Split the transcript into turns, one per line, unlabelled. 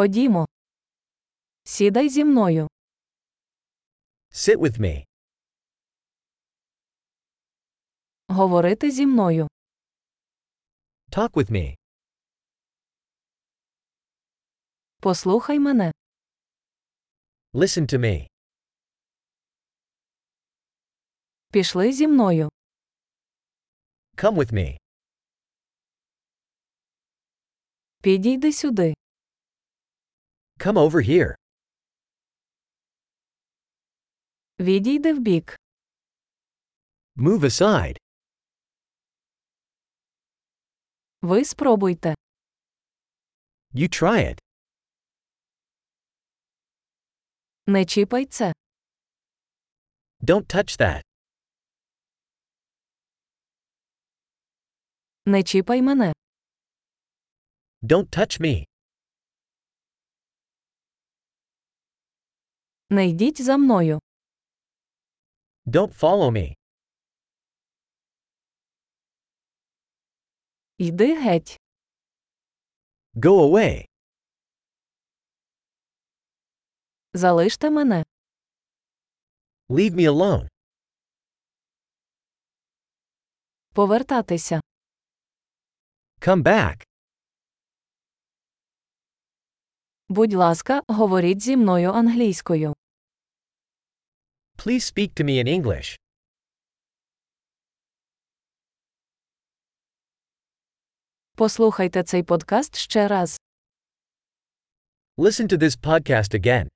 Ходімо. Сідай зі мною.
Sit with me.
Говорити зі мною.
Talk with me.
Послухай мене.
Listen to me.
Пішли зі мною.
Come with me.
Підійди сюди.
Come over here.
Відійди вбік.
Move aside.
Ви спробуйте.
You try it.
Не чіпай це.
Don't touch that.
Не чіпай мене.
Don't touch me.
Не йдіть за мною.
Don't follow me.
Йди геть.
Go away.
Залиште мене.
Leave me alone.
Повертатися.
Come back.
Будь ласка, говоріть зі мною англійською.
Please speak to me in English.
Послухайте цей подкаст ще раз.
Listen to this podcast again.